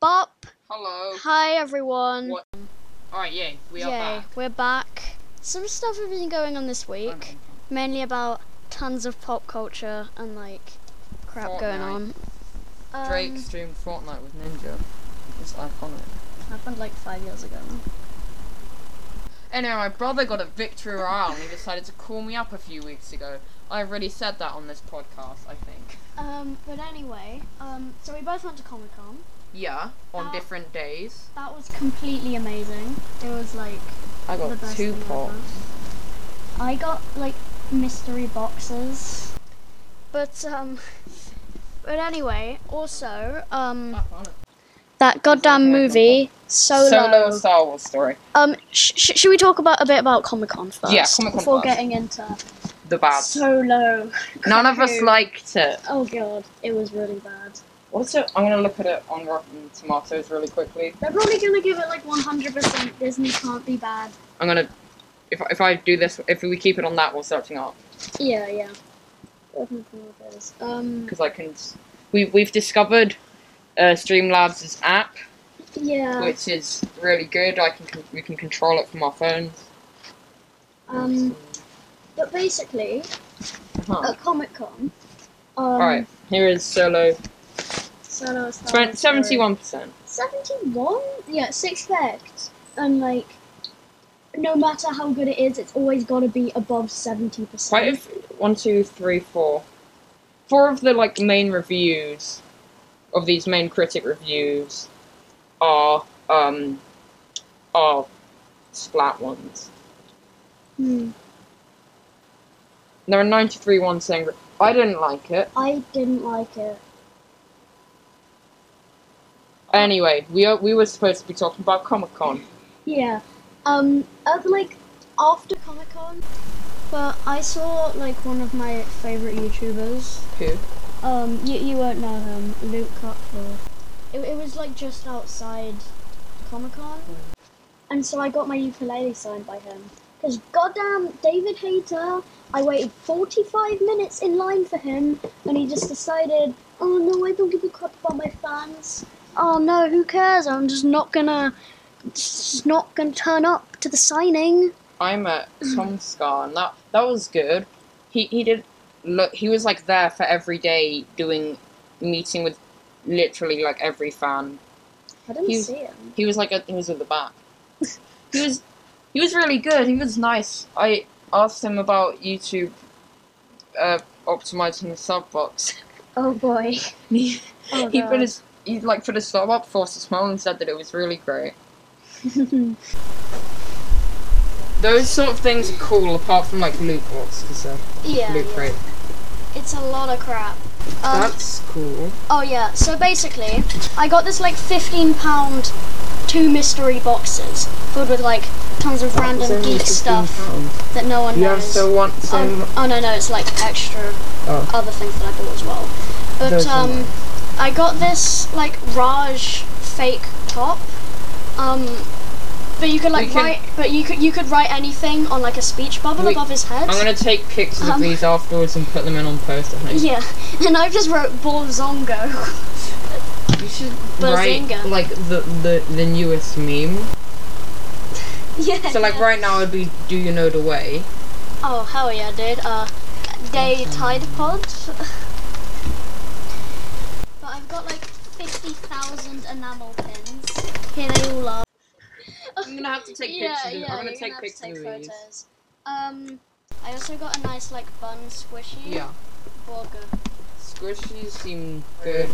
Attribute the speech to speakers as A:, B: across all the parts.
A: Bop!
B: Hello.
A: Hi everyone.
B: What? Alright, yay, we are
A: Yay,
B: back.
A: we're back. Some stuff has been going on this week,
B: I'm-
A: mainly about tons of pop culture and like crap going on.
B: Fortnite.
A: Um,
B: Drake streamed Fortnite with Ninja. It's iconic.
A: happened like five years ago.
B: Anyway, my brother got a victory royale and he decided to call me up a few weeks ago. I already said that on this podcast, I think.
A: Um, but anyway, um, so we both went to Comic Con.
B: Yeah, on
A: Uh,
B: different days.
A: That was completely amazing. It was like
B: I
A: the
B: got
A: best
B: two
A: thing
B: pops.
A: ever. I got like mystery boxes. But um, but anyway, also um, that goddamn movie Solo.
B: Solo a Star Wars story.
A: Um, sh- sh- should we talk about a bit about Comic Con first?
B: Yeah, Comic-Con
A: Before
B: first.
A: getting into
B: The bad.
A: Solo.
B: None of us
A: Cuckoo.
B: liked it.
A: Oh god, it was really bad.
B: Also, I'm gonna look at it on Rotten Tomatoes really quickly.
A: They're probably gonna give it like 100%. Disney can't be bad.
B: I'm gonna. If, if I do this, if we keep it on that, we're searching up
A: Yeah, yeah. Rotten Tomatoes. Um,
B: because I can. s- We we've discovered uh, Streamlabs' app,
A: yeah.
B: which is really good. I can con- we can control it from our phones.
A: Um, but basically,
B: Uh-huh.
A: at Comic Con, um, oh,
B: All right, here is Solo.
A: Solo a Star Wars Story-
B: Seventy-one percent.
A: 71? Yeah, it's expect. And like, no matter how good it is, it's always gotta be above 70%.
B: Quite a f- one, two, three, four. Four of the like main reviews of these main critic reviews are um are splat ones.
A: Hmm.
B: There are ninety-three ones saying I didn't like it.
A: I didn't like it.
B: Anyway, we are, we were supposed to be talking about Comic Con.
A: Yeah. Um, uh, like, after Comic Con, but I saw, like, one of my favourite YouTubers.
B: Who?
A: Um, you, you won't know him, Luke Cutler. It, it was, like, just outside Comic Con. And so I got my ukulele signed by him. Because, goddamn, David Hayter, I waited 45 minutes in line for him, and he just decided, oh no, I don't give a crap about my fans. Oh no, who cares? I'm just not gonna just not gonna turn up to the signing.
B: I'm at Tomskar, and that that was good. He he did look. He was like there for every day doing meeting with literally like every fan.
A: I didn't
B: You-
A: see him.
B: He was like at, he was at the back. He was he was really good. He was nice. I asked him about YouTube uh, optimizing the sub box.
A: Oh boy.
B: he
A: Oh,
B: he put
A: God.
B: his he like put his sub up for us to smile and said that it was really great. Those sort of things are cool, apart from like Luke what's he said.
A: yeah,
B: Luke
A: yeah.
B: Rate.
A: it's a lot of crap. Um,
B: That's cool.
A: oh yeah. So basically, I got this like fifteen pound two mystery boxes filled with like tons of random geek stuff that no one
B: You have
A: knows.
B: so one so
A: Um, oh no no, it's like extra
B: Oh.
A: other things that I bought as well. But
B: Those are
A: um,
B: mine.
A: I got this like Raj fake top. Um, but you could like
B: We can-
A: write, but you could you could write anything on like a speech bubble
B: We-
A: above his head.
B: I'm gonna take pictures
A: Um,
B: of these afterwards and put them in on post. I think.
A: Yeah, and I just wrote Bolzongo.
B: You should
A: Bazinga.
B: write like the, the the newest meme.
A: yeah.
B: So like right now it'd be do you know the way?
A: Oh hell yeah, dude. Uh, day Tide Pod. but I've got like fifty thousand enamel pins. Here they all are.
B: I'm gonna have to take
A: yeah,
B: pictures. Of,
A: yeah,
B: I'm gonna
A: you're
B: take
A: have to
B: pictures
A: take
B: of these.
A: photos. Um, I also got a nice like bun squishy
B: Yeah,
A: burger.
B: squishies seem good.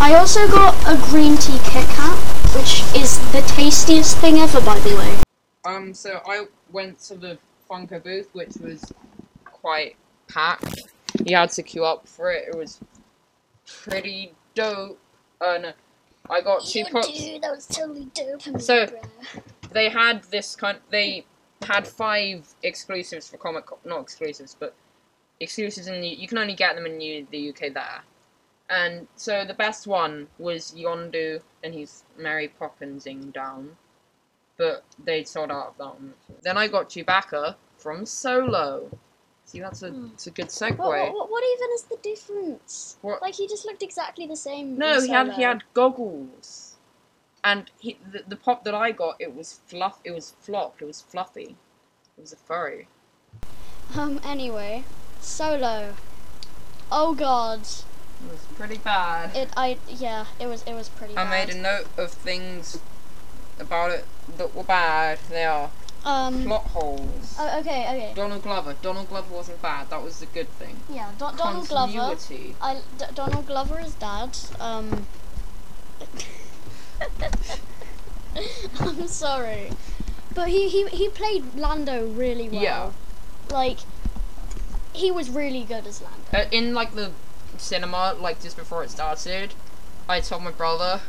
A: I also got a green tea Kit Kat, which is the tastiest thing ever, by the way.
B: Um, so I went to the Funko booth, which was quite packed. You had to queue up for it. It was pretty dope. Uh, no, I got two pops.
A: that was totally dope.
B: So- they had this kind they had five exclusives for comic con not exclusives but exclusives in the you can only get them in U- the uk there and so the best one was yondu and he's mary poppinsing down but they sold out of that one then i got chewbacca from solo see that's a,
A: Hmm.
B: it's a good segue
A: what, what, what, what even is the difference?
B: What-
A: Like he just looked exactly the same.
B: no
A: in
B: he had
A: Solo.
B: he had goggles And he, the, the pop that I got, it was fluff. It was flopped. It was fluffy. It was a furry.
C: Um. Anyway, solo. Oh God.
B: It was pretty bad.
C: It. I. Yeah. It was. It was pretty.
B: I
C: bad.
B: made a note of things about it that were bad. They are
C: Um.
B: plot holes.
C: Oh, okay. Okay.
B: Donald Glover. Donald Glover wasn't bad. That was the good thing.
C: Yeah. Don- Oh, Donald Glover.
B: Continuity.
C: I, D- Donald Glover is dad. Um. I'm sorry, but he, he he played Lando really well.
B: Yeah.
C: Like, he was really good as Lando.
B: Uh, in like the cinema, like just before it started, I told my brother,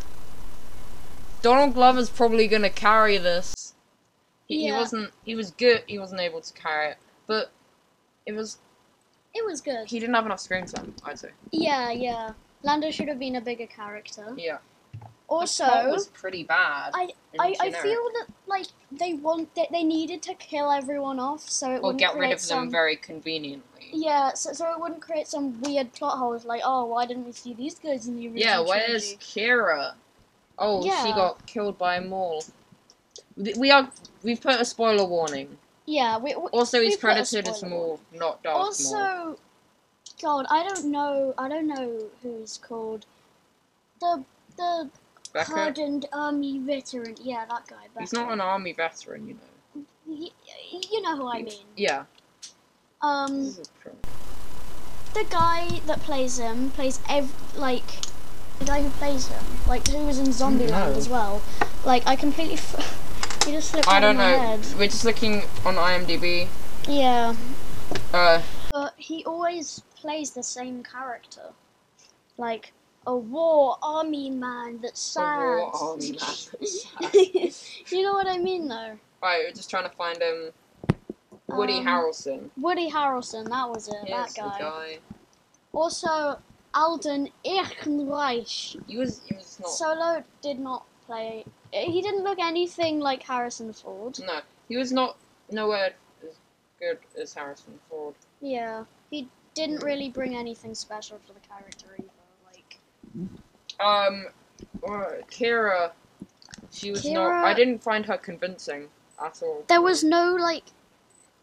B: Donald Glover's probably gonna carry this. He,
C: Yeah.
B: he wasn't. He was good. He wasn't able to carry it, but it was.
C: It was good.
B: He didn't have enough screen time. I'd say.
C: Yeah, yeah. Lando should have been a bigger character.
B: Yeah.
C: Also,
B: the plot was pretty bad.
C: I-
B: and
C: I, I
B: generic.
C: feel that like they want that they needed to kill everyone off so it
B: Or
C: wouldn't
B: get
C: create
B: rid of
C: some
B: them very conveniently.
C: um, yeah so, so it wouldn't create some weird plot holes like oh why didn't we see these guys in the original
B: Yeah, where's
C: trilogy?
B: Kira? Oh, she
C: Yeah.
B: got killed by a mole. Th- We are we've put a spoiler warning.
C: yeah we, we,
B: Also, he's
C: We put a
B: credited as
C: spoiler
B: Maul, not Darth
C: also
B: Maul.
C: God I don't know I don't know who's called the the
B: Becca,
C: hardened army veteran yeah that guy
B: he's
C: Beckett.
B: not an army veteran, you know.
C: Y- y- you know who I mean
B: Yeah.
C: um
B: this is a pro-
C: the guy that plays him plays ev- like the guy who plays him, like who was in Zombieland
B: No.
C: as well. Like I completely, f- he just slipped
B: I
C: out of
B: don't
C: my
B: know.
C: head.
B: We're just looking on IMDb.
C: Yeah,
B: Uh,
C: but he always plays the same character, like a war army man that's
B: the
C: sad.
B: war army man.
C: you know what I mean, though.
B: right, we're just trying to find um Woody
C: Um,
B: Harrelson.
C: Woody Harrelson, that was it.
B: Yes,
C: that guy.
B: the guy.
C: Also, Alden Ehrenreich.
B: He was. He was not.
C: Solo did not play. eh, He didn't look anything like Harrison Ford.
B: no, he was not nowhere as good as Harrison Ford.
C: Yeah, he didn't really bring anything special to the character either. Like,
B: Um, or Kira, she was not.
C: Kira-
B: I didn't find her convincing at all.
C: there was no like,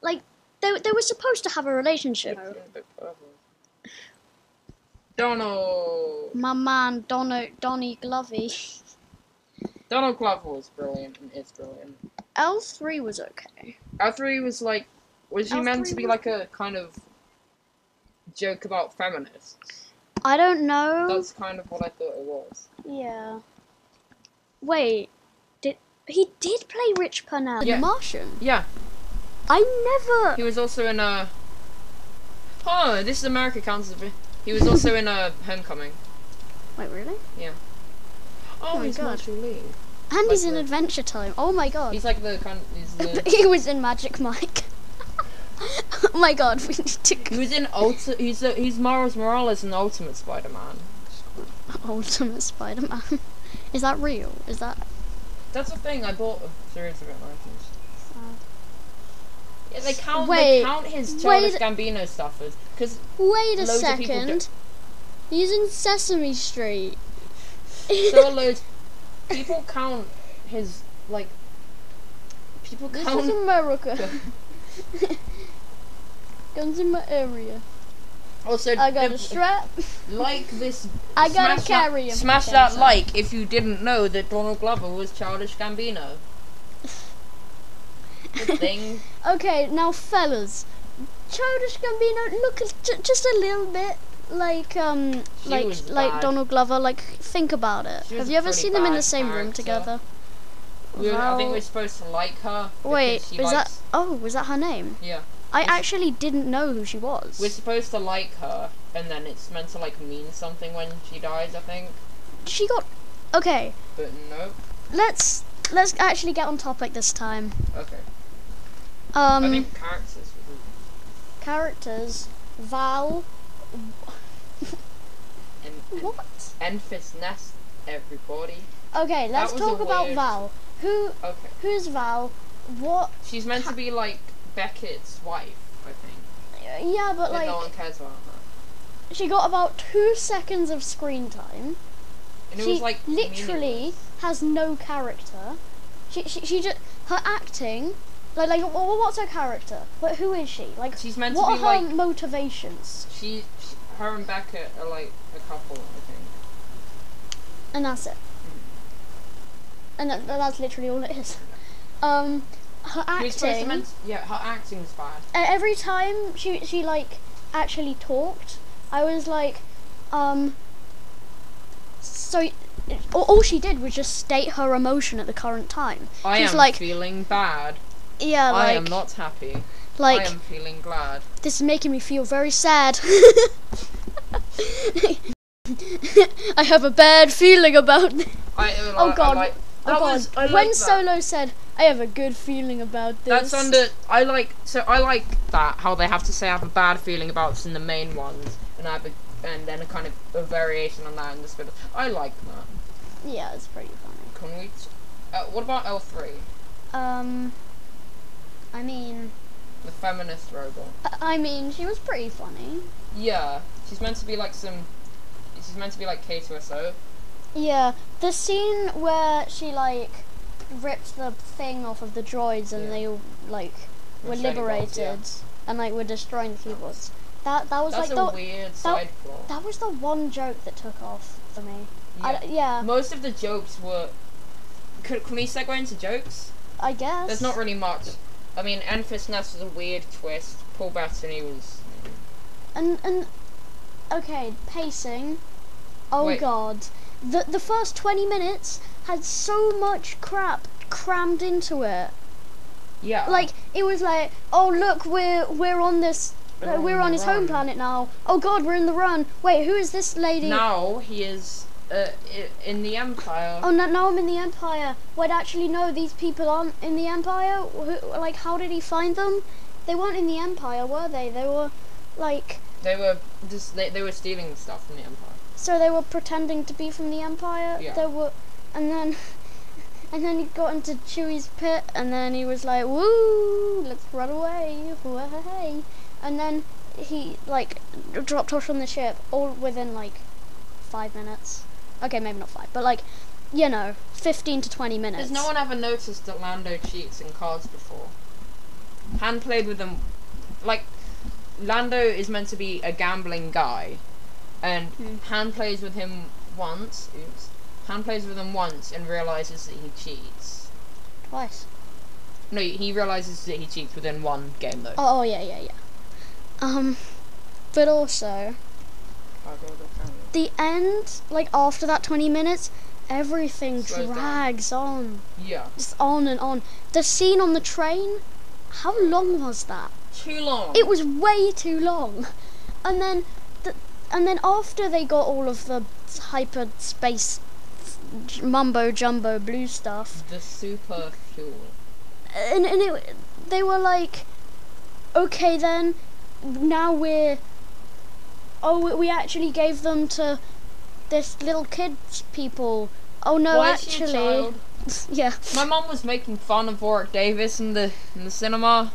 C: like they they were supposed to have a relationship.
B: Donald
C: My man, Donno, Donny Glovey.
B: Donald Glover was brilliant and is brilliant.
C: L three was okay.
B: L three was like was he meant to
C: L3
B: be
C: was-
B: like a kind of joke about feminists?
C: I don't know.
B: That's kind of what I thought it was.
C: Yeah. Wait, did he did play Rich Purnell?
B: Yeah.
C: The Martian.
B: Yeah.
C: I never.
B: He was also in a Oh, this is America counts as a bit- he was also in a homecoming.
C: Wait, really?
B: Oh,
C: my
B: he's
C: God.
B: Marshall Lee.
C: And he's
B: Like
C: in
B: the-
C: Adventure Time. Oh my god.
B: He's like the kind he's the
C: he was in Magic Mike. oh my god, we need to
B: He
C: go
B: was in Ulti- he's a, he's Miles Morales in the Ultimate Spider Man.
C: Ultimate Spider Man. Is that real? Is that.
B: That's the thing, I bought a series of it license.
C: sad?
B: Yeah, they count
C: Wait,
B: they count his
C: wait-
B: Childish Gambino stuff as because
C: Wait a
B: Loads of people do-
C: second. He's in Sesame Street.
B: there are loads people count his like people
C: this is
B: count
C: America. Guns in my area.
B: also
C: I got
B: the-
C: a strap.
B: like this
C: I got
B: smash
C: to carry
B: that,
C: him.
B: smash
C: Okay,
B: that
C: so-
B: like if you didn't know that Donald Glover was Childish Gambino. Good thing.
C: Okay, now fellas, Childish Gambino look a- ju- just a little bit like um
B: She
C: like
B: was
C: like
B: bad.
C: Donald Glover. Like think about it.
B: She was
C: Have
B: a
C: you ever
B: pretty
C: seen them in
B: bad
C: the same room
B: character.
C: together?
B: We were, I think
C: Well,
B: we're supposed to like her. because
C: wait,
B: she
C: was
B: likes-
C: that oh was that her name?
B: Yeah.
C: I
B: Was-
C: actually didn't know who she
B: We're
C: was.
B: supposed to like her, and then it's meant to like mean something when she dies, I think.
C: She got okay.
B: But nope.
C: Let's let's actually get on topic this time.
B: Okay. I
C: Um,
B: think characters. would be-
C: characters. Val.
B: And,
C: What?
B: and Enfys Nest, everybody.
C: Okay, let's
B: was a
C: talk about
B: weird-
C: Val. Who
B: Okay.
C: who's Val? What?
B: She's meant to be like Beckett's wife, I think.
C: Yeah, but
B: But
C: like.
B: no one cares about her.
C: She got about two seconds of screen time.
B: and it
C: she
B: was like
C: literally has no character. She, she, she just her acting, like like wh- wh- what's her character? Like, who is she? Like
B: She's meant to
C: what
B: be,
C: are her
B: like-
C: motivations?
B: she, she, her and Becca are like a couple, I think.
C: And that's it.
B: Hmm.
C: And that, that's literally all it is. Um, her
B: We're supposed to
C: acting.
B: meant, yeah, her acting's bad.
C: and E-, every time she she like actually talked, I was like, um. So, y- all all she did was just state her emotion at the current time.
B: I
C: She's
B: am
C: like,
B: feeling bad.
C: yeah, like,
B: I am not happy.
C: like
B: I am feeling glad.
C: this is making me feel very sad. I have a bad feeling about this.
B: I, uh,
C: Oh
B: like- I
C: God.
B: like-
C: Oh
B: that
C: God.
B: was- I
C: when
B: like that.
C: Solo said, I have a good feeling about this.
B: That's under. I like so. I like that how they have to say I have a bad feeling about some of the main ones, and I have a, and then a kind of a variation on that in the spin. I like that.
C: Yeah, it's pretty funny.
B: Can we? T- uh, what about L three,
C: Um, I mean,
B: the feminist robot?
C: I- I mean, she was pretty funny.
B: Yeah, she's meant to be like some. She's meant to be like K two S O.
C: Yeah, the scene where she like ripped the thing off of the droids and
B: Yeah.
C: they all like
B: Were
C: were
B: trading
C: liberated
B: roles, yeah.
C: and like were destroying the keyboards. That that was
B: That's
C: like
B: a
C: the
B: weird side plot.
C: That was the one joke that took off for me. I d
B: Yeah.
C: yeah,
B: Most of the jokes were. Could, can we segue into jokes?
C: I guess.
B: There's not really much. I mean, Enfys Nest was a weird twist. Paul Bettany was.
C: And and okay, pacing. Oh
B: Wait.
C: god, the the first twenty minutes had so much crap crammed into it.
B: Yeah.
C: Like it was like, oh look, we're we're on this.
B: We're
C: uh, we're
B: on
C: on
B: the
C: his
B: run."
C: home planet now. Oh god, we're in the run. Wait, who is this lady?
B: Now he is uh, i- in the Empire.
C: Oh no, now I'm in the Empire. Wait, actually, no, these people aren't in the Empire. Who, like, how did he find them? They weren't in the Empire, were they? They were, like,
B: They were just they, they were stealing stuff from the Empire.
C: so they were pretending to be from the Empire.
B: Yeah.
C: They were, and then, and then he got into Chewie's pit, and then he was like, "Woo, let's run away!" Way. And then he like dropped off from the ship, all within like five minutes. Okay, maybe not five, but like, you know, fifteen to twenty minutes.
B: Has no one ever noticed that Lando cheats in cards before? Han played with them, like Lando is meant to be a gambling guy, and
C: Hmm.
B: Han plays with him once. Oops. Han plays with him once and realizes that he cheats.
C: twice.
B: No, he realizes that he cheats within one game though.
C: Oh, oh, yeah, yeah, yeah. Um, but also the end, like after that twenty minutes, everything
B: Slows down.
C: drags on,
B: Yeah,
C: just on and on. The scene on the train, how long was that?
B: too long.
C: It was way too long. And then, the, and then after they got all of the hyperspace j- mumbo jumbo blue stuff,
B: the super fuel.
C: and and it, they were like, okay then, now we're. Oh, we- we actually gave them to this little kids people. Oh no,
B: Why is she a
C: actually,
B: child?
C: yeah.
B: My mom was making fun of Warwick Davis in the in the cinema.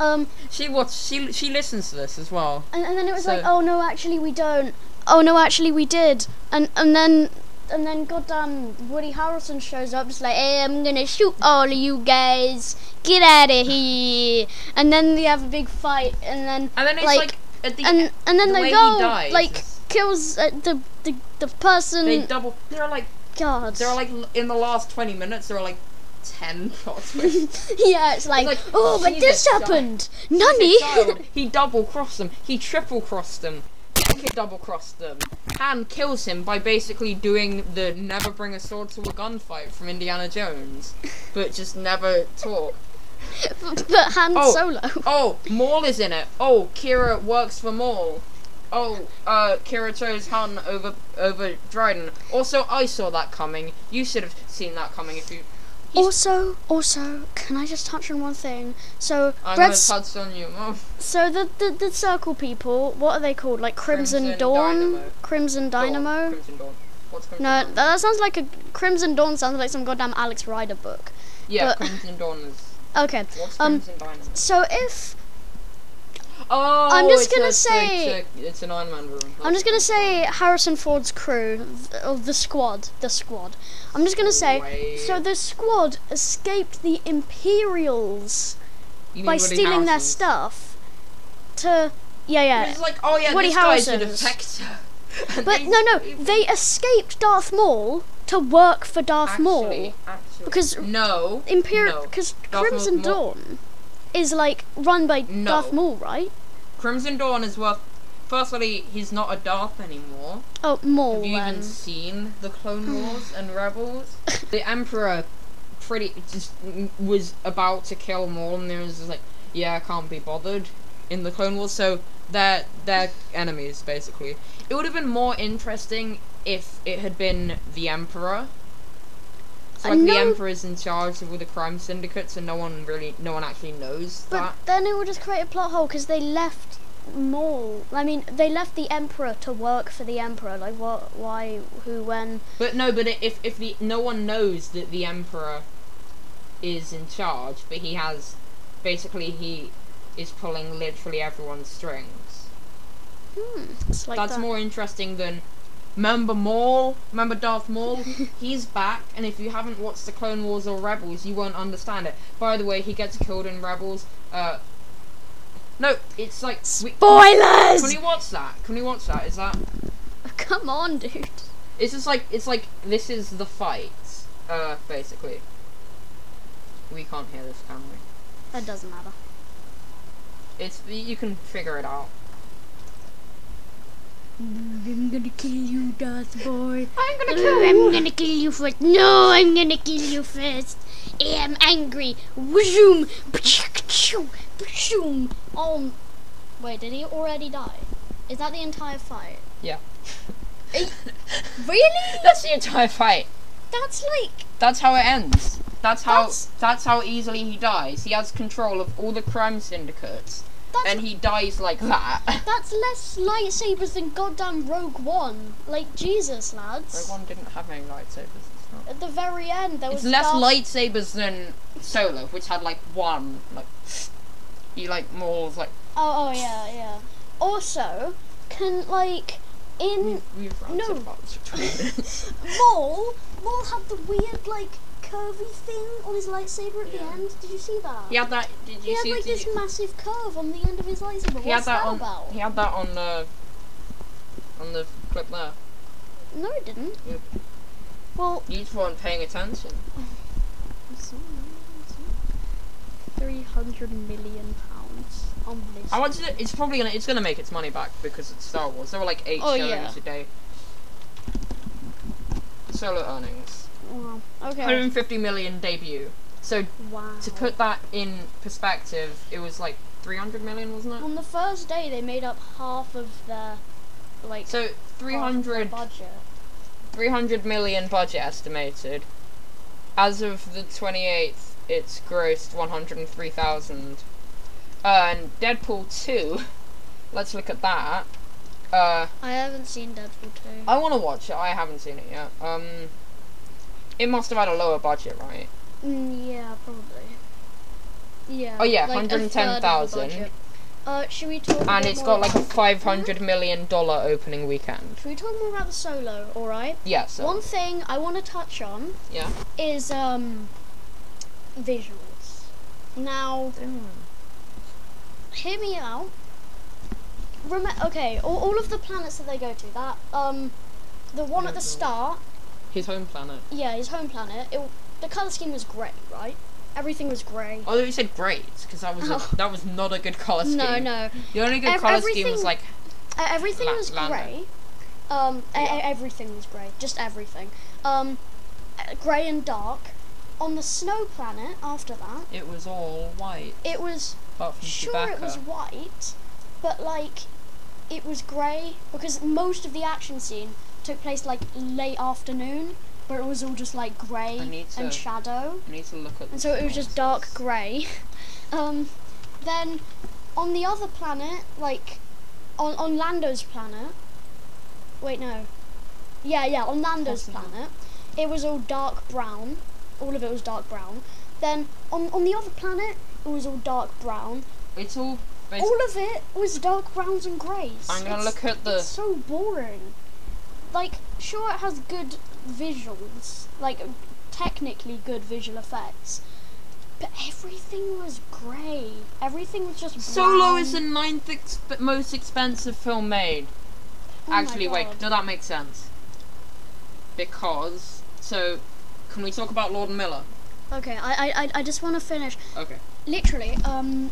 C: Um,
B: She watched. She she listens to this as well.
C: and, and then it was like,
B: So-
C: oh no, actually we don't. Oh no, actually we did. And and then and then goddamn Woody Harrelson shows up, just like, hey, I'm gonna shoot all of you guys. Get out of here. And then they have a big fight, and then
B: And then it's like,
C: Like,
B: at the
C: and and then
B: the way
C: they
B: he
C: go
B: dies
C: like
B: is-
C: kills uh, the, the the person.
B: they double. They're like
C: God.
B: they're like l- in the last twenty minutes. There are like ten plot twists.
C: yeah, it's like,
B: like,
C: oh, but
B: she's
C: this
B: a child.
C: happened.
B: He's
C: Nanny.
B: a child. he double crossed them. He triple crossed them. He double crossed them. Han kills him by basically doing the never bring a sword to a gunfight from Indiana Jones, but just never talk.
C: but Han
B: Oh.
C: Solo.
B: Oh, Maul is in it. Oh, Kira works for Maul. Oh, uh, Kira chose Han over over Dryden. Also, I saw that coming. You should have seen that coming if you. He's-
C: Also, also, can I just touch on one thing? So,
B: I'm
C: Red.
B: gonna
C: S-
B: touch on you, Oh, Mum.
C: so the, the the circle people, what are they called? Like Crimson,
B: Crimson
C: Dawn,
B: Dynamo.
C: Crimson
B: Dawn.
C: Dynamo.
B: Crimson Dawn. What's Crimson
C: No,
B: Dawn?
C: that, that sounds like a Crimson Dawn sounds like some goddamn Alex Rider book.
B: yeah,
C: but-
B: Crimson Dawn is.
C: Okay.
B: What's
C: Um,
B: Crimson Dynamo?
C: So if
B: Oh,
C: I'm just
B: it's
C: gonna
B: a- it's a-
C: say-
B: it's, a- it's an Iron Man room.
C: I'm just gonna
B: That's-
C: say Harrison Ford's crew, th- of the squad, the squad. I'm just gonna say. So the squad escaped the Imperials
B: You mean
C: by
B: Woody
C: stealing their
B: Harrelson's?
C: stuff. To yeah, yeah.
B: It's like, oh yeah,
C: Woody
B: this guy's an
C: Harrelson's.
B: defector. And
C: But
B: they-
C: no, no, they escaped Darth Maul to work for Darth
B: actually,
C: Maul
B: actually-
C: because
B: no,
C: Imperial,
B: no.
C: because
B: Darth
C: Crimson
B: Maul's Maul-
C: Dawn is like run by
B: No.
C: Darth Maul, right?
B: Crimson Dawn is worth. Firstly, he's not a Darth anymore.
C: Oh, Maul.
B: Have you
C: Then.
B: even seen the Clone Wars and Rebels? the Emperor, pretty just was about to kill Maul, and he was just like, "Yeah, I can't be bothered." In the Clone Wars, so they're they're enemies basically. It would have been more interesting if it had been the Emperor. It's
C: I
B: like the
C: know-
B: Emperor's in charge of all the crime syndicates, and no one really, no one actually knows
C: But
B: that.
C: then it would just create a plot hole because they left Maul. I mean, they left the Emperor to work for the Emperor. Like, what? Why? Who? When?
B: But no, but if if the no one knows that the emperor is in charge, but he has basically he is pulling literally everyone's strings.
C: Hmm. It's like
B: That's
C: that.
B: more interesting than remember Maul, remember Darth Maul. He's back, and if you haven't watched the Clone Wars or Rebels, you won't understand it. By the way, he gets killed in Rebels. Uh, no, it's like we, Can
C: Spoilers!
B: we watch that? Can we watch that? Is that?
C: Come on, dude.
B: It's just like it's like this is the fight, uh, basically. We can't hear this, can we?
C: That doesn't matter.
B: It's you can figure it out.
C: I'm gonna kill you, Darth Boy.
B: I'm gonna
C: I'm gonna kill you first. No, I'm gonna kill you first. I'm angry. Wzoom. Pshoo. Pshoo. Oh, wait, did he already die? Is that the entire fight?
B: Yeah.
C: Really?
B: That's the entire fight.
C: That's like
B: That's how it ends. That's how
C: That's-
B: that's, how easily he dies. He has control of all the crime syndicates,
C: that's
B: and he dies like that.
C: that's less lightsabers than goddamn Rogue One. Like Jesus, lads.
B: Rogue One didn't have any lightsabers. It's, not.
C: At the very end, there
B: it's
C: was
B: less
C: Darth-
B: lightsabers than Solo, which had like one. Like he like more like
C: Oh, oh yeah, yeah. Also, can like in
B: we've
C: No.
B: ranted about this for 20 minutes.
C: Maul, Maul had the weird like curvy thing on his lightsaber at the
B: Yeah.
C: end. Did you see that?
B: He had that. Did you
C: He had
B: see?
C: like
B: did
C: this
B: you-
C: massive curve on the end of his lightsaber.
B: he had
C: What's
B: that
C: that
B: on.
C: about?
B: He had that on the. On the clip there.
C: No, it didn't.
B: Yep.
C: Well,
B: You just weren't paying attention.
C: three hundred million pounds on this.
B: I watched it. It's probably gonna. It's gonna make its money back because it's Star Wars. There were like eight
C: Oh,
B: showings
C: yeah.
B: a day. Solo earnings.
C: Wow. Okay.
B: 150 million debut. So
C: Wow.
B: to put that in perspective, it was like 300 million, wasn't it?
C: on the first day, they made up half of their like
B: So
C: half of their
B: 300
C: budget.
B: 300 million budget estimated. As of the 28th, it's grossed 103,000. Uh, and Deadpool 2, let's look at that. Uh,
C: I haven't seen Deadpool two.
B: I want to watch it, I haven't seen it yet. Um, it must have had a lower budget, right?
C: Mm, yeah, probably. Yeah.
B: Oh, yeah,
C: like a third of the
B: 110,000.
C: budget. Uh, should we talk?
B: And
C: a bit
B: it's
C: more
B: got like a
C: about-
B: 500 million dollar opening weekend.
C: Should we talk more about the solo? All right.
B: Yeah, so
C: One thing I want to touch on
B: yeah.
C: is um visuals. Now, hear me out. Rem- okay, all, all of the planets that they go to. That um, the one at the
B: Mhm.
C: start.
B: His home planet.
C: Yeah, his home planet. It, the color scheme was grey, right? Everything was grey.
B: Although you said great, because that was
C: Oh.
B: a, that was not a good color scheme.
C: No, no.
B: The only good
C: Ev-
B: color scheme
C: everything-
B: was like
C: Uh, everything
B: La-
C: was
B: Lando.
C: grey. Um, e-
B: Yeah.
C: e- everything was grey. Just everything. Um, uh, grey and dark. On the snow planet, after that,
B: it was all white.
C: it was
B: apart from
C: sure
B: Chewbacca.
C: it was white, but like it was grey because most of the action scene took place like late afternoon, but it was all just like
B: I
C: grey
B: need
C: and
B: to-
C: shadow,
B: I need to look at.
C: and so it was just dark grey. um, then on the other planet, like on on Lando's planet. Wait, no. Yeah, yeah, on Lando's
B: Possibly.
C: planet, it was all dark brown. All of it was dark brown. Then on on the other planet, it was all dark brown.
B: It's all Basically,
A: All of it was dark browns and greys.
B: I'm gonna
A: It's-
B: look at the-
A: It's so boring. Like, sure, it has good visuals, like technically good visual effects, but everything was grey. Everything was just
B: Solo
A: brown.
B: is the ninth exp- most expensive film made.
A: Oh my
B: Actually, wait,
A: God.
B: does that make sense? Because so, can we talk about Lord and Miller?
A: Okay, I I- I, I just want to finish.
B: Okay.
A: literally, um,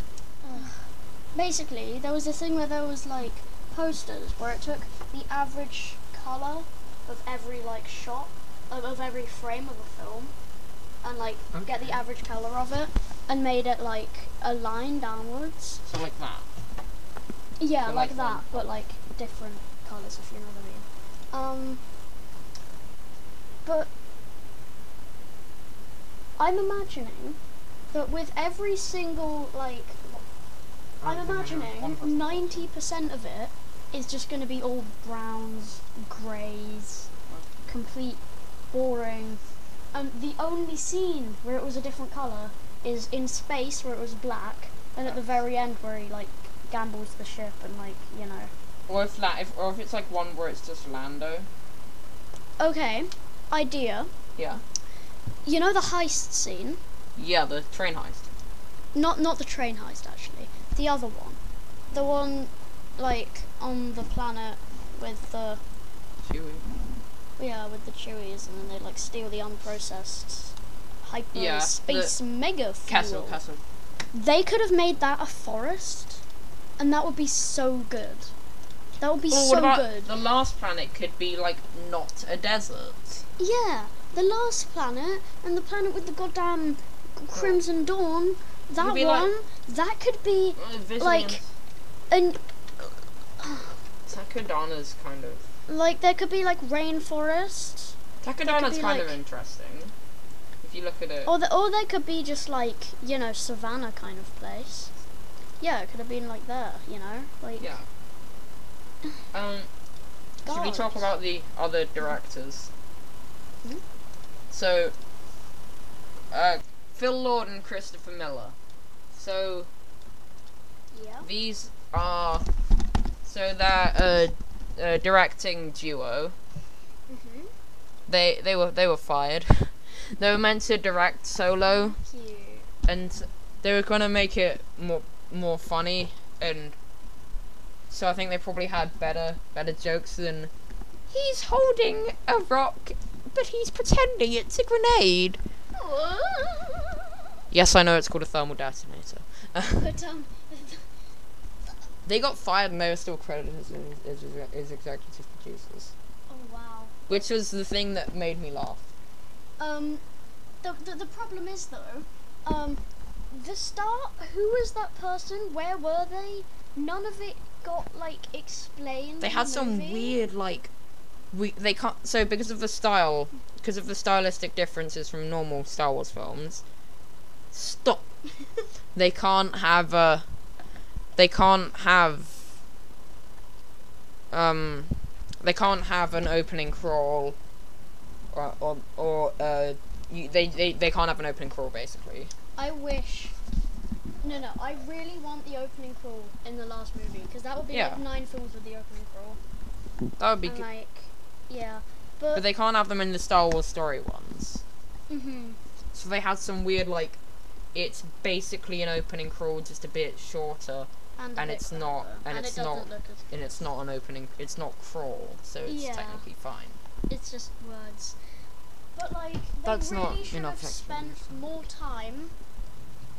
A: basically, there was a thing where there was like posters where it took the average color of every like shot of, of every frame of a film, and like get the
B: Okay.
A: average color of it, and made it like a line downwards.
B: So like that.
A: Yeah,
B: But,
A: like,
B: like,
A: that,
B: um,
A: but like different colours, if you know what I mean. Um, but I'm imagining that with every single like, I'm imagining ninety percent of it is just going to be all browns, greys, complete boring. Um, the only scene where it was a different colour is in space where it was black, and at the very end where he like gambles the ship and like you know.
B: Or if that, if, or if it's like one where it's just Lando.
A: Okay, idea.
B: Yeah.
A: You know the heist scene,
B: Yeah, the train heist.
A: not not the train heist actually, the other one, the one like on the planet with the
B: Chewie.
A: yeah with the Chewies, and then they like steal the unprocessed hyper
B: Yeah, the
A: space mega fuel.
B: Castle, castle.
A: They could have made that a forest, and that would be so good. That would be
B: Or
A: so
B: what about
A: good.
B: the last planet? Could be like not a desert.
A: Yeah, the last planet and the planet with the goddamn g- Crimson Dawn. That
B: Could be
A: one,
B: like-
A: that could be
B: Uh,
A: Like- an
B: Takodana's kind of.
A: like there could be like rainforest,
B: Takodana's
A: be
B: kind of
A: like- Oh.
B: interesting. If you look at it.
A: or the, or there could be just like you know savannah kind of place. Yeah, it could have been like there, you know, like
B: Yeah. Um, should we
A: God.
B: talk about the other directors?
A: Hmm?
B: So, uh, Phil Lord and Christopher Miller. So
A: yeah.
B: these are, so they're a, a directing duo.
A: Mhm.
B: They they were they were fired. they were meant to direct solo,
A: Cute.
B: and they were gonna make it more more funny, and so I think they probably had better better jokes than he's holding a rock, but he's pretending it's a grenade. Yes, I know it's called a thermal detonator.
A: But um,
B: they got fired, and they were still credited as, as, as executive producers,
A: oh wow.
B: which was the thing that made me laugh.
A: Um, the, the, the problem is though, um, the start. Who was that person? Where were they? None of it got like explained.
B: They
A: in
B: had
A: the
B: some
A: movie.
B: weird like we they can't so because of the style because of the stylistic differences from normal Star Wars films. Stop. they can't have uh they can't have um they can't have an opening crawl or or, or uh you, they, they they can't have an opening crawl basically.
A: I wish. No, no. I really want the opening crawl in the last movie because that would be
B: Yeah.
A: like nine films with the opening crawl.
B: That would be
A: And
B: good.
A: like, yeah,
B: But
A: but,
B: they can't have them in the Star Wars story ones.
A: hmm
B: So they had some weird like it's basically an opening crawl just a bit shorter
A: and, a
B: and
A: bit
B: it's not-
A: crapper,
B: and it's
A: it doesn't
B: not-
A: Look as,
B: and it's not an opening it's not crawl, so it's
A: Yeah.
B: technically fine.
A: it's just words. But like, they
B: That's
A: really
B: not
A: should
B: enough
A: have
B: explanation.
A: spent more time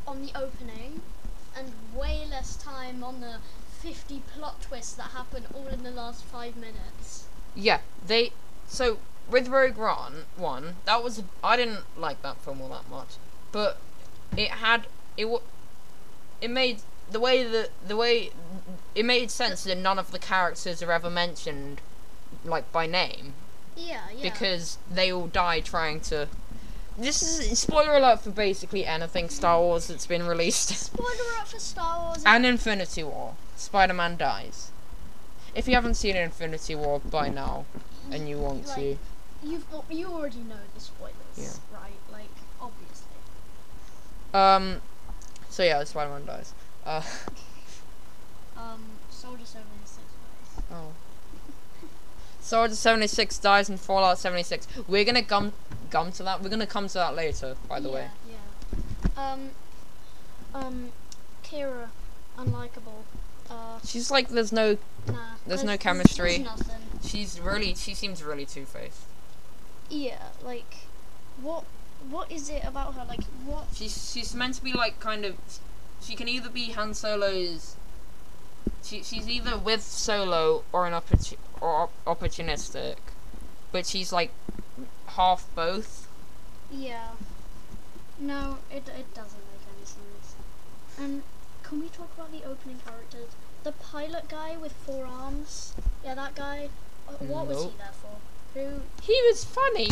A: on the opening and way less time on the 50 plot twists that happen all in the last five minutes.
B: Yeah, they so with Rogue One one, that was I didn't like that film all that much. But it had it wa it made the way that the way it made sense that none of the characters are ever mentioned like by name.
A: Yeah, yeah.
B: because they all die trying to. This is spoiler alert for basically anything Star Wars that's been released,
A: Spoiler up for Star Wars.
B: and Infinity War. Spider-Man dies. If you haven't seen Infinity War by now, and you want to,
A: Like- You've al- you already know the spoilers,
B: Yeah.
A: right? Like obviously.
B: um, so yeah, Spider-Man dies. Uh,
A: um, Soldier 76 ways.
B: Oh. Sword of 76 dies in Fallout 76. We're gonna gum, gum to that. We're gonna come to that later, by the
A: yeah,
B: way.
A: Yeah. Um, um, Kira, unlikable. Uh,
B: She's like, there's no,
A: nah.
B: There's no chemistry.
A: There's nothing.
B: she's really, she seems really two-faced.
A: Yeah, like, what, what is it about her? Like, what?
B: She's she's meant to be like kind of. She can either be Han Solo's. She she's either with Solo or an opportu- or op- opportunistic, but she's like half both.
A: Yeah. No, it, it doesn't make any sense. Um, can we talk about the opening characters? The pilot guy with four arms. Yeah, that guy. Uh, what was he
B: Nope.
A: there for? Who?
B: He was funny.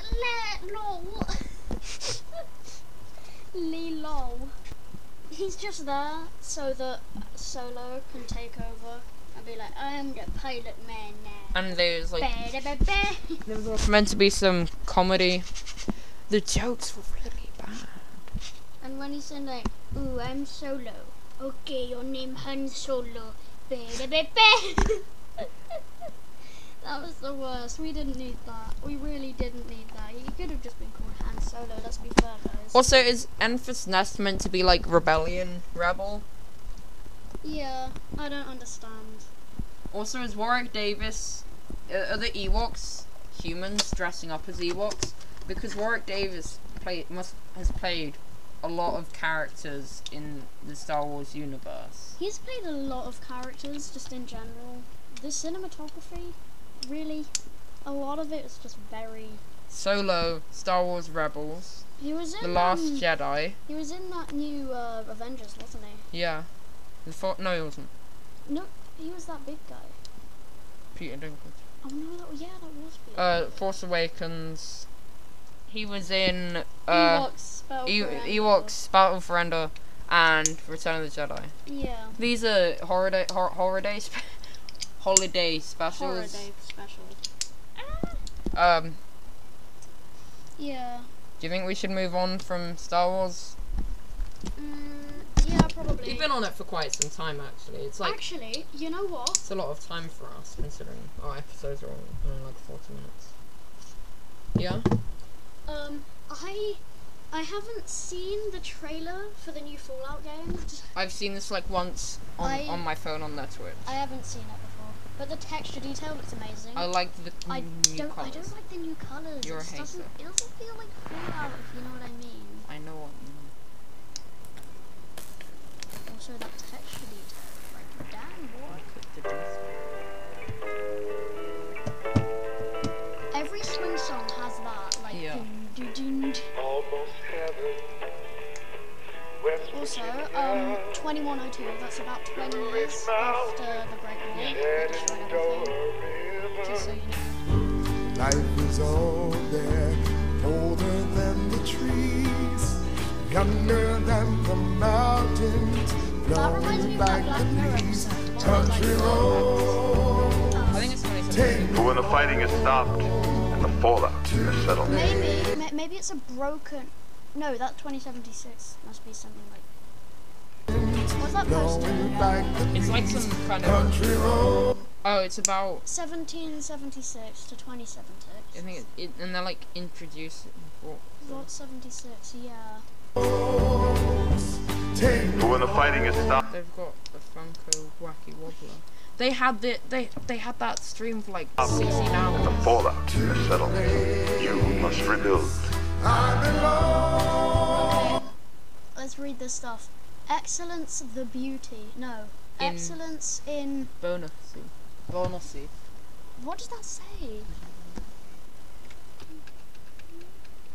A: Le- lol. Lee lol. He's just there so that Solo can take over and be like, I am the pilot man now.
B: And there's like
A: Ba-da-ba-ba.
B: there was also meant to be some comedy. The jokes were really bad.
A: And when he said like, "Ooh, I'm Solo." Okay, your name Han Solo. Ba-da-ba-ba. that was the worst. We didn't need that. We really didn't need that. He could have just been called Han Solo. Let's be fair, guys.
B: Also, is Enfys Nest meant to be like rebellion rebel?
A: Yeah, I don't understand.
B: Also, is Warwick Davis, uh, are the Ewoks humans dressing up as Ewoks? Because Warwick Davis play, must has played a lot of characters in the Star Wars universe.
A: He's played a lot of characters, just in general. The cinematography, really, a lot of it is just very.
B: Solo, Star Wars Rebels,
A: He was in
B: The Last
A: um,
B: Jedi,
A: He was in that new uh, Avengers, wasn't he?
B: yeah. The fo- no, it wasn't.
A: No, he was that big guy.
B: Peter Dinklage.
A: Oh no, that, yeah, that was weird.
B: Uh, Force Awakens. He was in uh,
A: Ewoks, Battle
B: E-
A: for Endor.
B: Ewoks, Battle for Endor, and Return of the Jedi.
A: Yeah.
B: These are holiday hor- holiday sp- holiday specials.
A: Holiday special.
B: Um,
A: Yeah.
B: do you think we should move on from Star Wars?
A: Mm, yeah, probably.
B: We've been on it for quite some time, actually. It's like
A: Actually, you know what?
B: it's a lot of time for us, considering our episodes are only only like forty minutes. Yeah.
A: Um, I I haven't seen the trailer for the new Fallout game.
B: I've seen this like once on,
A: I-
B: on my phone on that Twitch.
A: I haven't seen it before, but the texture detail looks amazing.
B: I liked the
A: I
B: new
A: don't.
B: colours.
A: I don't like the new colors.
B: You're a
A: it just doesn't. It doesn't feel like Fallout, if you know what I mean.
B: I know what. you mean.
A: Also, that texture detail. Like, damn, what?
B: I could do this.
A: Every swing song has that, like.
B: Yeah.
A: Dun, dun, dun, dun.
D: Almost heaven. West
A: Also, um,
D: Virginia,
A: 2102, that's about 20
D: Rich
A: years
D: Mountain,
A: after the Great War, which destroyed everything,
D: Shenandoah
A: just so
D: River.
A: you know.
E: Life is older, older than the trees, younger than the mountains,
A: That reminds me
E: blowing
A: of that
E: back
A: Black
E: the
A: Mirror
E: breeze.
A: episode. where it was
E: Country
A: like, um,
E: road,
B: I think it's funny.
E: take
D: But when the fighting is stopped and the fallout is settled,
A: Maybe, ma- maybe it's a broken. No, that 2076 must be something like. What's that poster?
E: blowing back the
B: It's like some kind of.
E: country road.
B: Oh, it's about.
A: 1776 to
B: I
A: 2076.
B: think it, it and they're like introducing.
A: Lot 76, yeah.
E: Take
D: but when the fighting is stopped,
B: They've got the Funko Wacky Wobbler. They had the they they had that stream for like 16
D: the
B: hours.
D: fallout is settled, you must rebuild.
E: I belong.
A: Let's read this stuff. Excellence, the beauty. No.
B: In-
A: Excellence in.
B: Bonusy, bonusy.
A: What does that say?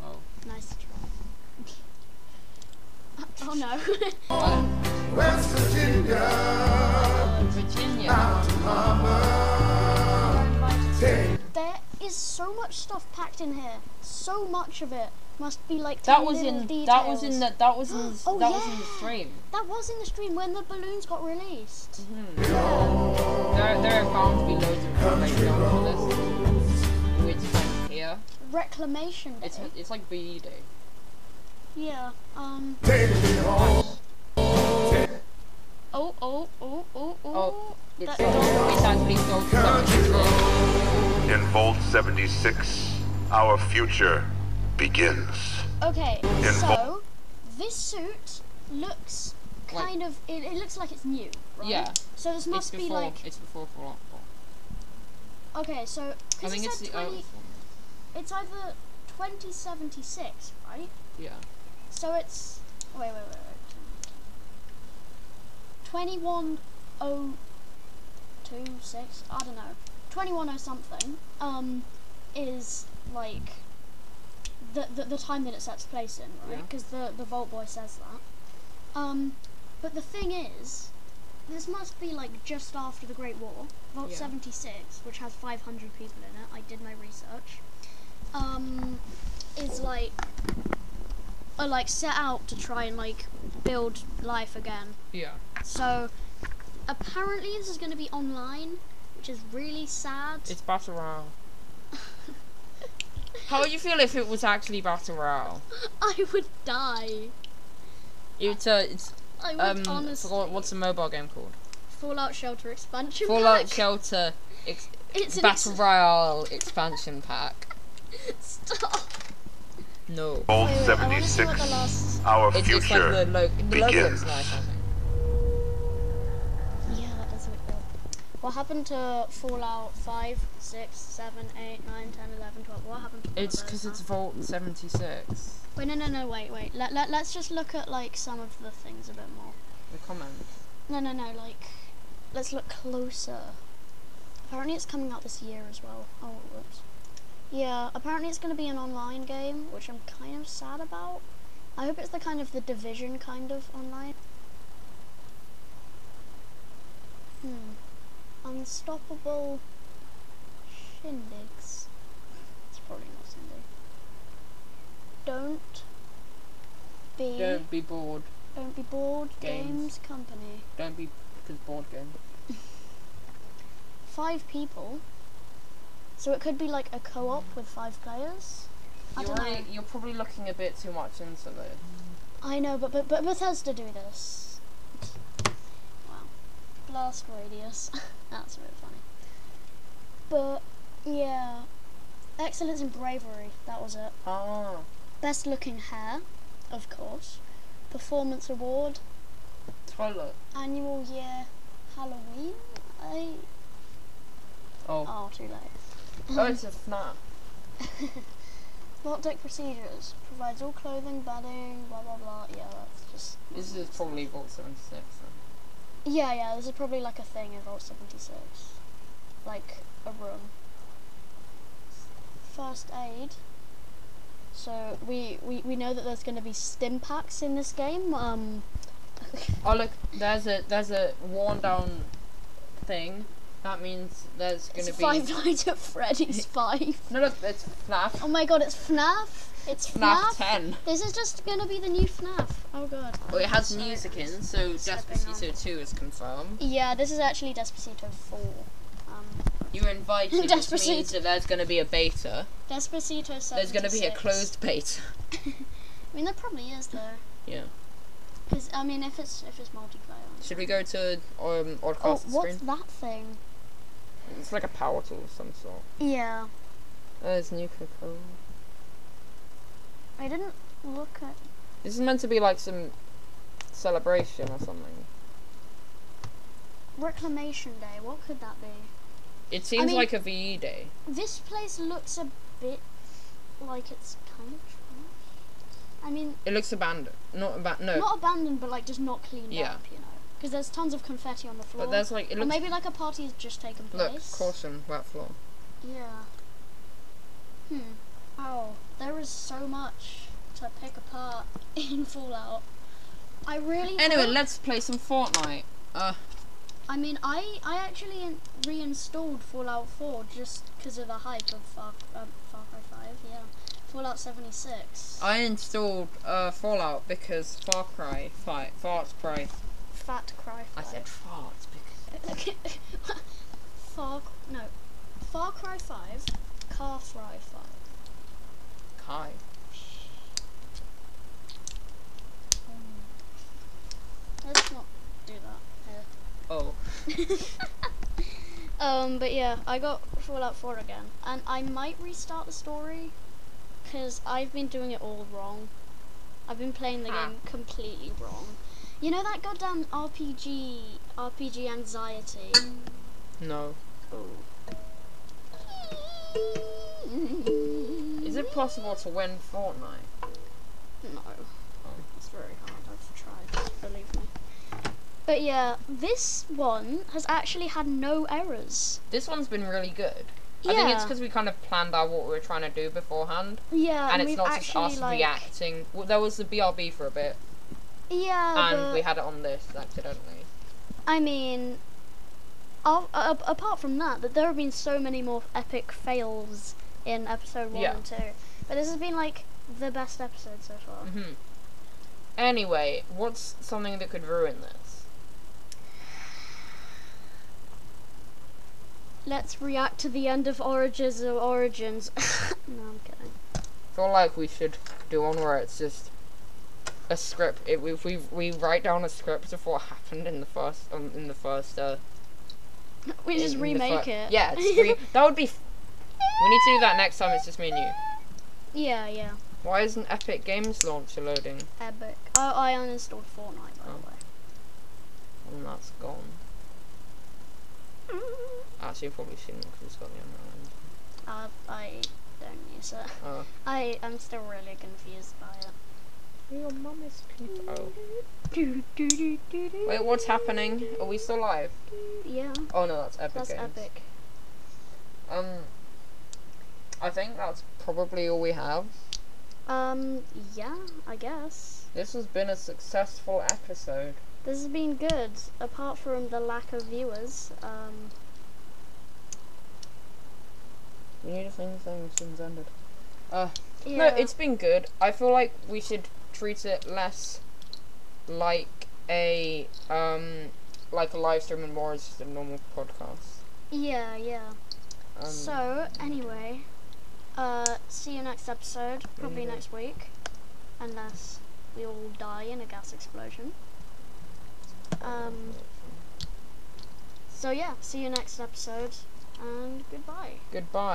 B: Oh.
A: Nice try. oh no.
B: Well,
E: West Virginia,
B: Virginia.
E: out to mama. Take
A: there is so much stuff packed in here. So much of it must be like
B: That
A: tiny
B: was
A: little
B: in
A: details.
B: that was in the that was in
A: Oh,
B: that was in the
A: yeah.
B: stream.
A: That was in the stream when the balloons got released.
B: There there are bound to be loads of information on this. Which is here.
A: Reclamation day.
B: Mm-hmm. It's it's like BD Day.
A: yeah. Um.
E: take me home.
C: oh, oh, oh, oh, oh.
B: Oh, it's,
C: That dog.
B: it's actually dog seventy-six.
D: In Vault 76, our future begins.
A: Okay,
D: Yeah.
A: so this suit looks kind of. It, it looks like it's new, right?
B: Yeah,
A: So this
B: it's
A: must be
B: before.
A: like.
B: It's before Fallout 4.
A: Okay, so.
B: I
A: Because
B: think
A: it
B: it's
A: said
B: the uh,
A: 20,
B: old one.
A: It's either 2076, right?
B: Yeah.
A: So it's. Wait, wait, wait, wait. 2102, I don't know. 21 or something um, is like the, the, the time that it sets place in, right?
B: Yeah.
A: Because the, the Vault Boy says that. Um, but the thing is, this must be like just after the Great War, Vault
B: Yeah.
A: 76, which has 500 people in it. I did my research. Um, is like are like set out to try and like build life again.
B: Yeah.
A: So apparently this is going to be online, which is really sad.
B: It's battle royale. How would you feel if it was actually battle royale?
A: I would die.
B: It's a uh, it's
A: I
B: um
A: would honestly.
B: Fallout- what's the mobile game called?
A: Fallout Shelter expansion
B: Fallout
A: pack.
B: Shelter ex-
A: It's an
B: Battle
A: ex-
B: Royale expansion pack.
A: Stop.
B: No.
D: Vault
A: Wait, wait, I wanna see
D: 76,
A: what the last-
D: our
B: It's just like
D: future
B: the, lo- the logo looks
D: begins.
B: nice, I think.
A: Yeah, that does look good. What happened to Fallout 5, 6, 7, 8, 9, 10, 11, 12? What happened to all of
B: It's
A: those
B: because
A: now?
B: it's Vault 76.
A: Wait, no, no, no, wait, wait. Let, let, let's just look at, like, some of the things a bit more.
B: The comment.
A: No, no, no, like, let's look closer. Apparently it's coming out this year as well. Oh, whoops. Yeah, apparently it's going to be an online game, which I'm kind of sad about. I hope it's the kind of the division kind of online. Hmm. Unstoppable shindigs. It's probably not shindig. Don't be
B: Don't be bored.
A: don't be bored
B: Games.
A: games company.
B: Don't be because board game.
A: five people. So it could be like a co-op with five players. I
B: You're,
A: don't know.
B: already- you're probably looking a bit too much into this.
A: I know, but, but but Bethesda do this. Wow, blast radius. That's a bit funny. But yeah, excellence in bravery. That was it.
B: Ah.
A: Best looking hair, of course. Performance award.
B: Toilet.
A: Annual year Halloween. I
B: Oh.
A: oh too late.
B: Oh, it's a FNAF.
A: Not deck procedures. Provides all clothing, bedding, blah blah blah. Yeah, that's just.
B: This is probably Vault 76 then.
A: Yeah, yeah. This is probably like a thing in Vault Seventy Six, like a room. First aid. So we we, we know that there's going to be stim packs in this game. Um,
B: Oh look, there's a there's a worn down thing. That means there's gonna
A: it's
B: be
A: Five Nights at Freddy's Five.
B: no look, it's FNAF.
A: Oh my God! It's FNAF. It's
B: FNAF,
A: FNAF.
B: ten.
A: This is just going to be the new FNAF. Oh God.
B: Well, it has
A: Sorry,
B: music
A: I'm
B: in,
A: just
B: so
A: stepping on.
B: Despacito two is confirmed.
A: Yeah, this is actually Despacito Four. Um,
B: You're invited, which means
A: Despacito.
B: that there's gonna be a beta.
A: Despacito 76.
B: There's gonna be a closed beta.
A: I mean, there probably is though.
B: Yeah.
A: Because I mean, if it's if it's multiplayer.
B: Should we go to um or
A: Oh,
B: cast the
A: what's
B: screen?
A: that thing?
B: It's like a power tool of some sort. Oh,
A: Yeah,
B: There's nuclear code.
A: I didn't look at.
B: This is meant to be like some celebration or something.
A: Reclamation Day. What could that be?
B: It seems
A: mean-
B: like a VE day.
A: This place looks a bit like it's kind of. Trash. I mean,
B: It looks abandoned. Not about no.
A: not abandoned, but like just not cleaned
B: Yeah.
A: up, you know. Because there's tons of confetti on the floor.
B: but there's like it
A: or
B: looks
A: maybe like a party has just taken place.
B: Look, caution, wet floor.
A: Yeah. Hmm. Wow, there is so much to pick apart in Fallout. I really.
B: Anyway,
A: hope-
B: let's play some Fortnite. Uh,
A: I mean, I I actually in- reinstalled Fallout 4 just because of the hype of Far, um, Far Cry 5. Yeah, Fallout 76.
B: I installed uh, Fallout because Far Cry fight, Far Cry.
A: Fat Cry. 5.
B: I said fart because
A: Far no, Far Cry 5, Car Fry 5.
B: Kai.
A: Let's not do that.
B: Oh,
C: um, but yeah, I got Fallout 4 again, and I might restart the story because I've been doing it all wrong. I've been playing the
B: Ah.
C: game completely wrong. You know that goddamn RPG RPG anxiety.
B: No.
C: Oh.
B: Is it possible to win Fortnite?
C: No. It's very hard. I've tried, believe me. But yeah, this one has actually had no errors.
B: This one's been really good. I think it's
C: Yeah.
B: because we kind of planned out what we were trying to do beforehand,
C: Yeah,
B: and it's
C: we've
B: not just
C: actually
B: us
C: like
B: reacting. Well, there was the BRB for a bit,
C: yeah,
B: and
C: Oh, but,
B: we had it on this accidentally.
C: I mean, a- a- apart from that, that there have been so many more epic fails in episode one
B: Yeah.
C: and two, but this has been like the best episode so far.
B: hmm Anyway, what's something that could ruin this?
C: Let's react to the end of Origins of Origins. no, I'm kidding.
B: feel like we should do one where it's just a script. It, we, we we write down a script of what happened in the first um, in the first uh.
C: We just
B: in the
C: remake
B: fir-
C: it.
B: Yeah, it's re- that would be. F- we need to do that next time. It's just me and you.
C: yeah, yeah.
B: Why isn't Epic Games launcher loading?
C: Epic. Oh, I uninstalled Fortnite, by
B: Oh.
C: the way.
B: And that's gone. Oh. Actually, you probably shouldn't because it's got the unknown.
C: Uh, I don't use it.
B: Oh.
C: I am still really confused by it.
B: Your mum is Oh. Wait, what's happening? Are we still live?
C: Yeah,
B: Oh no, that's Epic
C: that's
B: Games.
C: epic.
B: Um, I think that's probably all we have.
C: Um, yeah, I guess
B: This has been a successful episode.
C: this has been good. Apart from the lack of viewers, um,
B: We need to think things since ended. Uh,
C: yeah.
B: No, it's been good. I feel like we should treat it less like a um like a live stream and more as just a normal podcast.
C: yeah, yeah.
B: Um,
C: so anyway, uh, see you next episode. Probably
B: Mhm.
C: next week, unless we all die in a gas explosion. Um. So yeah, see you next episode, and goodbye.
B: goodbye.